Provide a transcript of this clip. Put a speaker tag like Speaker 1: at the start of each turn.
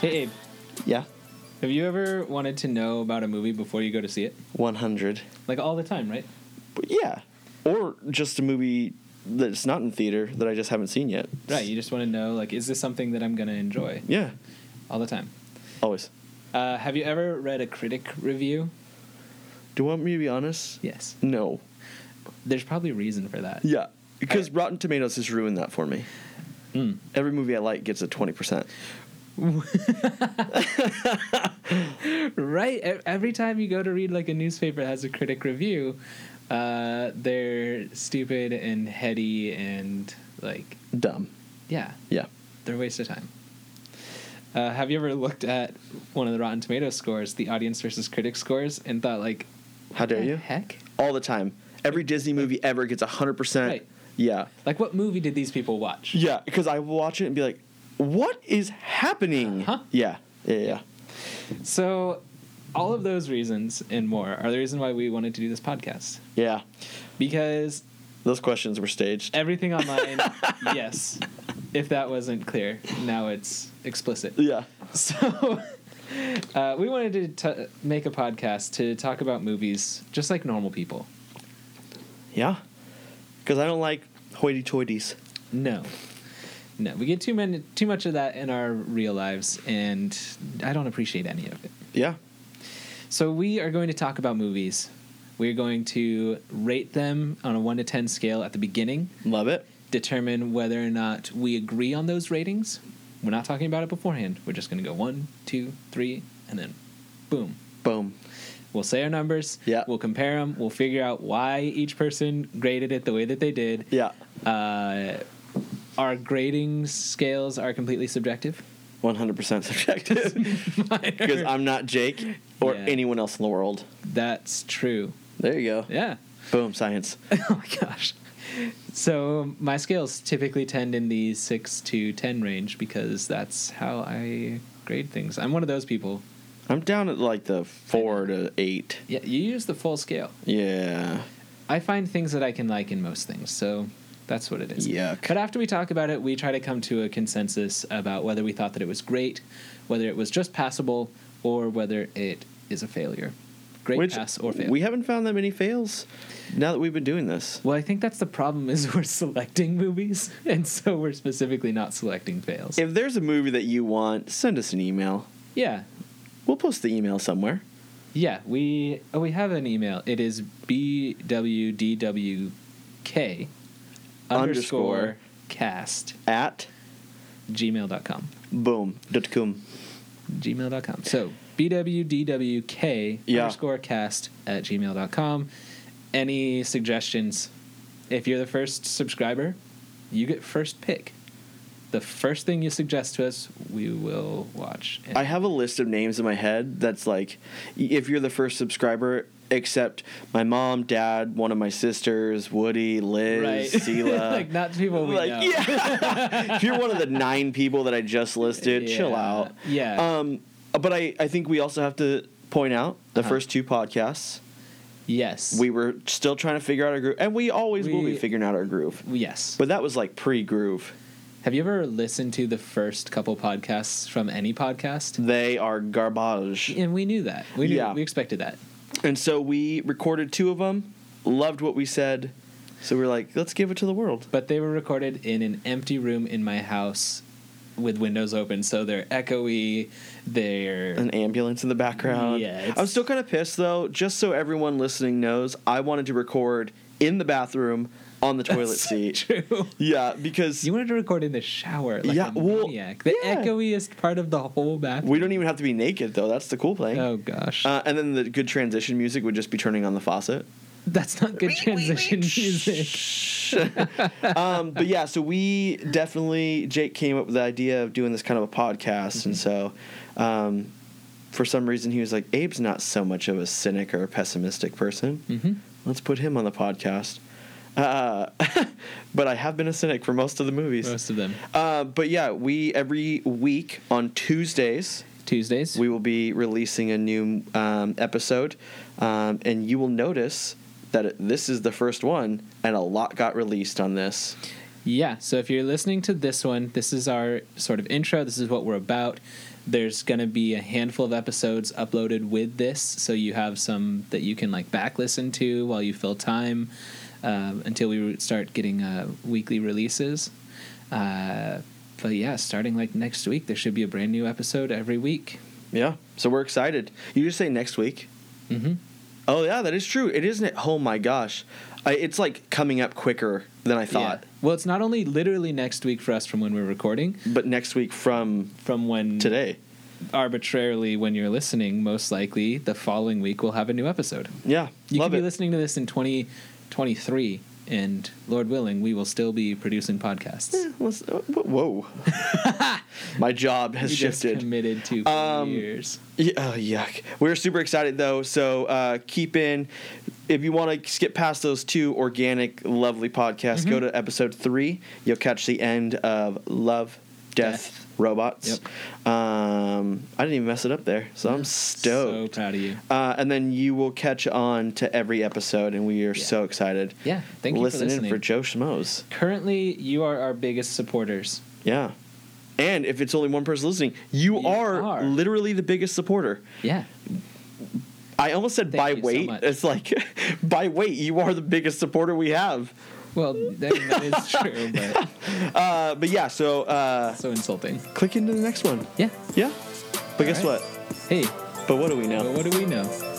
Speaker 1: Hey, Abe,
Speaker 2: Yeah,
Speaker 1: have you ever wanted to know about a movie before you go to see it?
Speaker 2: 100.
Speaker 1: Like all the time, right?
Speaker 2: But yeah, or just a movie that's not in theater that I just haven't seen yet.
Speaker 1: Right. You just want to know, like, is this something that I'm going to enjoy
Speaker 2: Yeah,
Speaker 1: all the time?
Speaker 2: always.
Speaker 1: Uh, have you ever read a critic review?
Speaker 2: Do you want me to be honest?
Speaker 1: Yes.
Speaker 2: No.
Speaker 1: There's probably a reason for that.
Speaker 2: Yeah, because
Speaker 1: I-
Speaker 2: Rotten Tomatoes has ruined that for me.
Speaker 1: Mm.
Speaker 2: Every movie I like gets a 20%.
Speaker 1: Right. E- Every time you go to read like a newspaper that has a critic review, uh, they're stupid and heady and like,
Speaker 2: Dumb.
Speaker 1: yeah,
Speaker 2: Yeah.
Speaker 1: they're a waste of time. Uh, have you ever looked at one of the Rotten Tomatoes scores, the audience versus critic scores, and thought like,
Speaker 2: How
Speaker 1: what
Speaker 2: dare
Speaker 1: the
Speaker 2: you?
Speaker 1: Heck.
Speaker 2: All the time. Every Disney movie ever gets a 100%.
Speaker 1: Right.
Speaker 2: Yeah.
Speaker 1: Like, what movie did these people watch?
Speaker 2: Yeah, because I will watch it and be like, what is happening?
Speaker 1: Uh-huh.
Speaker 2: Yeah. Yeah, yeah, yeah.
Speaker 1: So, all of those reasons and more are the reason why we wanted to do this podcast
Speaker 2: Yeah.
Speaker 1: because
Speaker 2: Those questions were staged.
Speaker 1: everything online, yes, if that wasn't clear, now it's explicit.
Speaker 2: yeah.
Speaker 1: So, uh, we wanted to t- make a podcast to talk about movies just like normal people.
Speaker 2: Yeah. Because I don't like hoity toities.
Speaker 1: No. No, we get too many, too much of that in our real lives, and I don't appreciate any of it.
Speaker 2: Yeah.
Speaker 1: So we are going to talk about movies. We're going to rate them on a 1 to 10 scale at the beginning,
Speaker 2: Love it.
Speaker 1: determine whether or not we agree on those ratings. We're not talking about it beforehand. We're just going to go one, two, three, and then boom.
Speaker 2: Boom.
Speaker 1: We'll say our numbers.
Speaker 2: Yeah.
Speaker 1: We'll compare them. We'll figure out why each person graded it the way that they did.
Speaker 2: Yeah.
Speaker 1: Uh, our grading scales are completely subjective.
Speaker 2: 100% subjective. Because I'm not Jake or
Speaker 1: Yeah.
Speaker 2: anyone else in the world.
Speaker 1: That's true.
Speaker 2: There you go.
Speaker 1: Yeah.
Speaker 2: Boom, science.
Speaker 1: oh my gosh. So my scales typically tend in the six to ten range because that's how I grade things. I'm one of those people.
Speaker 2: I'm down at like the four to eight.
Speaker 1: Yeah, you use the full scale.
Speaker 2: Yeah.
Speaker 1: I find things that I can like in most things, so that's what it is.
Speaker 2: Yuck.
Speaker 1: But after we talk about it, we try to come to a consensus about whether we thought that it was great, whether it was just passable, or whether it is a failure. Great
Speaker 2: Which
Speaker 1: pass or fail.
Speaker 2: We haven't found that many fails now that we've been doing this.
Speaker 1: well, I think that's the problem is we're selecting movies, and so we're specifically not selecting fails.
Speaker 2: If there's a movie that you want, send us an email.
Speaker 1: Yeah.
Speaker 2: We'll post the email somewhere.
Speaker 1: Yeah, we oh, we have an email. It is bwdwk underscore
Speaker 2: Underscore.
Speaker 1: cast
Speaker 2: At
Speaker 1: gmail.com.
Speaker 2: boom dot com.
Speaker 1: Gmail.com. So bwdwk
Speaker 2: Yeah.
Speaker 1: underscore cast at gmail.com. Any suggestions? If you're the first subscriber, you get first pick. The first thing you suggest to us, we will watch. and-
Speaker 2: I have a list of names in my head that's like, if you're the first subscriber, except my mom, dad, one of my sisters, Woody, Liz,
Speaker 1: right.
Speaker 2: Sela.
Speaker 1: like not people we
Speaker 2: Like,
Speaker 1: know.
Speaker 2: yeah. if you're one of the nine people that I just listed, chill
Speaker 1: Yeah.
Speaker 2: out.
Speaker 1: Yeah.
Speaker 2: Um, but I, I think we also have to point out the
Speaker 1: Uh-huh.
Speaker 2: first two podcasts,
Speaker 1: Yes.
Speaker 2: we were still trying to figure out our groove, and we always will be
Speaker 1: We-
Speaker 2: figuring out our groove.
Speaker 1: Yes.
Speaker 2: But that was like pre groove.
Speaker 1: Have you ever listened to the first couple podcasts from any podcast?
Speaker 2: They are garbage.
Speaker 1: And we knew that. We knew
Speaker 2: Yeah.
Speaker 1: we expected that.
Speaker 2: And so we recorded two of them, loved what we said. So we are like, let's give it to the world.
Speaker 1: But they were recorded in an empty room in my house with windows open, so they're echoey, they're
Speaker 2: An ambulance in the background.
Speaker 1: Yeah, it's-
Speaker 2: I'm still kind of pissed though. Just so everyone listening knows, I wanted to record in the bathroom on the toilet seat.
Speaker 1: true.
Speaker 2: Yeah, because
Speaker 1: You wanted to record in the shower like
Speaker 2: Yeah,
Speaker 1: a
Speaker 2: well,
Speaker 1: maniac. The
Speaker 2: yeah.
Speaker 1: echoiest part of the whole bathroom.
Speaker 2: we don't even have to be naked though. That's the cool thing.
Speaker 1: Oh gosh.
Speaker 2: Uh, and then the good transition music would just be turning on the faucet.
Speaker 1: That's not good transition music.
Speaker 2: um, but yeah, so we definitely Jake came up with the idea of doing this kind of a podcast, and so um, for some reason he was like, Abe's not so much of a cynic or a pessimistic person.
Speaker 1: Mhm.
Speaker 2: Let's put him on the podcast. Uh, but I have been a cynic for most of the movies.
Speaker 1: Most of them.
Speaker 2: Uh, but yeah, we every week on Tuesdays
Speaker 1: Tuesdays.
Speaker 2: we will be releasing a new um, episode, um, and you will notice that it, this is the first one, and a lot got released on this.
Speaker 1: Yeah. So if you're listening to this one, this is our sort of intro. This is what we're about. There's going to be a handful of episodes uploaded with this, so you have some that you can like back listen to while you fill time um, until we re- start getting uh, weekly releases. Uh, but yeah, starting like next week, there should be a brand new episode every week.
Speaker 2: Yeah. So we're excited. You just say next week.
Speaker 1: Mm-hmm.
Speaker 2: Oh yeah, that is true. It isn't it. Oh my gosh, I, it's like coming up quicker than I thought.
Speaker 1: Well, it's not only literally next week for us from when we're recording,
Speaker 2: But next week from
Speaker 1: from when
Speaker 2: today.
Speaker 1: arbitrarily when you're listening, most likely the following week we'll have a new episode.
Speaker 2: Yeah,
Speaker 1: You
Speaker 2: love
Speaker 1: could be
Speaker 2: it.
Speaker 1: listening to this in 2023, and Lord willing, we will still be producing podcasts.
Speaker 2: Eh, let's- uh, wh- whoa, my job has
Speaker 1: We just
Speaker 2: shifted.
Speaker 1: committed to for
Speaker 2: Um,
Speaker 1: years.
Speaker 2: Yeah, oh, yuck. We're super excited though. So uh, keep in. If you want to skip past those two organic, lovely podcasts,
Speaker 1: Mm-hmm.
Speaker 2: go to episode three. You'll catch the end of Love, Death,
Speaker 1: Death.
Speaker 2: Robots. Um, I didn't even mess it up there, so I'm
Speaker 1: So
Speaker 2: stoked.
Speaker 1: proud of you.
Speaker 2: uh, and then you will catch on to every episode, and we are
Speaker 1: Yeah.
Speaker 2: so excited.
Speaker 1: Yeah, thank you
Speaker 2: Listen
Speaker 1: for
Speaker 2: in
Speaker 1: listening.
Speaker 2: for Joe Schmoes.
Speaker 1: Currently, you are our biggest supporters.
Speaker 2: Yeah. And if it's only one person listening, you,
Speaker 1: You
Speaker 2: are,
Speaker 1: are.
Speaker 2: literally the biggest supporter.
Speaker 1: Yeah,
Speaker 2: I almost said
Speaker 1: Thank
Speaker 2: by
Speaker 1: you so
Speaker 2: weight.
Speaker 1: much.
Speaker 2: it's like by weight, you are the biggest supporter we have.
Speaker 1: well, that, that is true, but
Speaker 2: Uh, but yeah, so uh,
Speaker 1: so insulting.
Speaker 2: click into the next one.
Speaker 1: Yeah.
Speaker 2: Yeah. But guess
Speaker 1: All right.
Speaker 2: what?
Speaker 1: Hey,
Speaker 2: But what do we know?
Speaker 1: well, what do we know?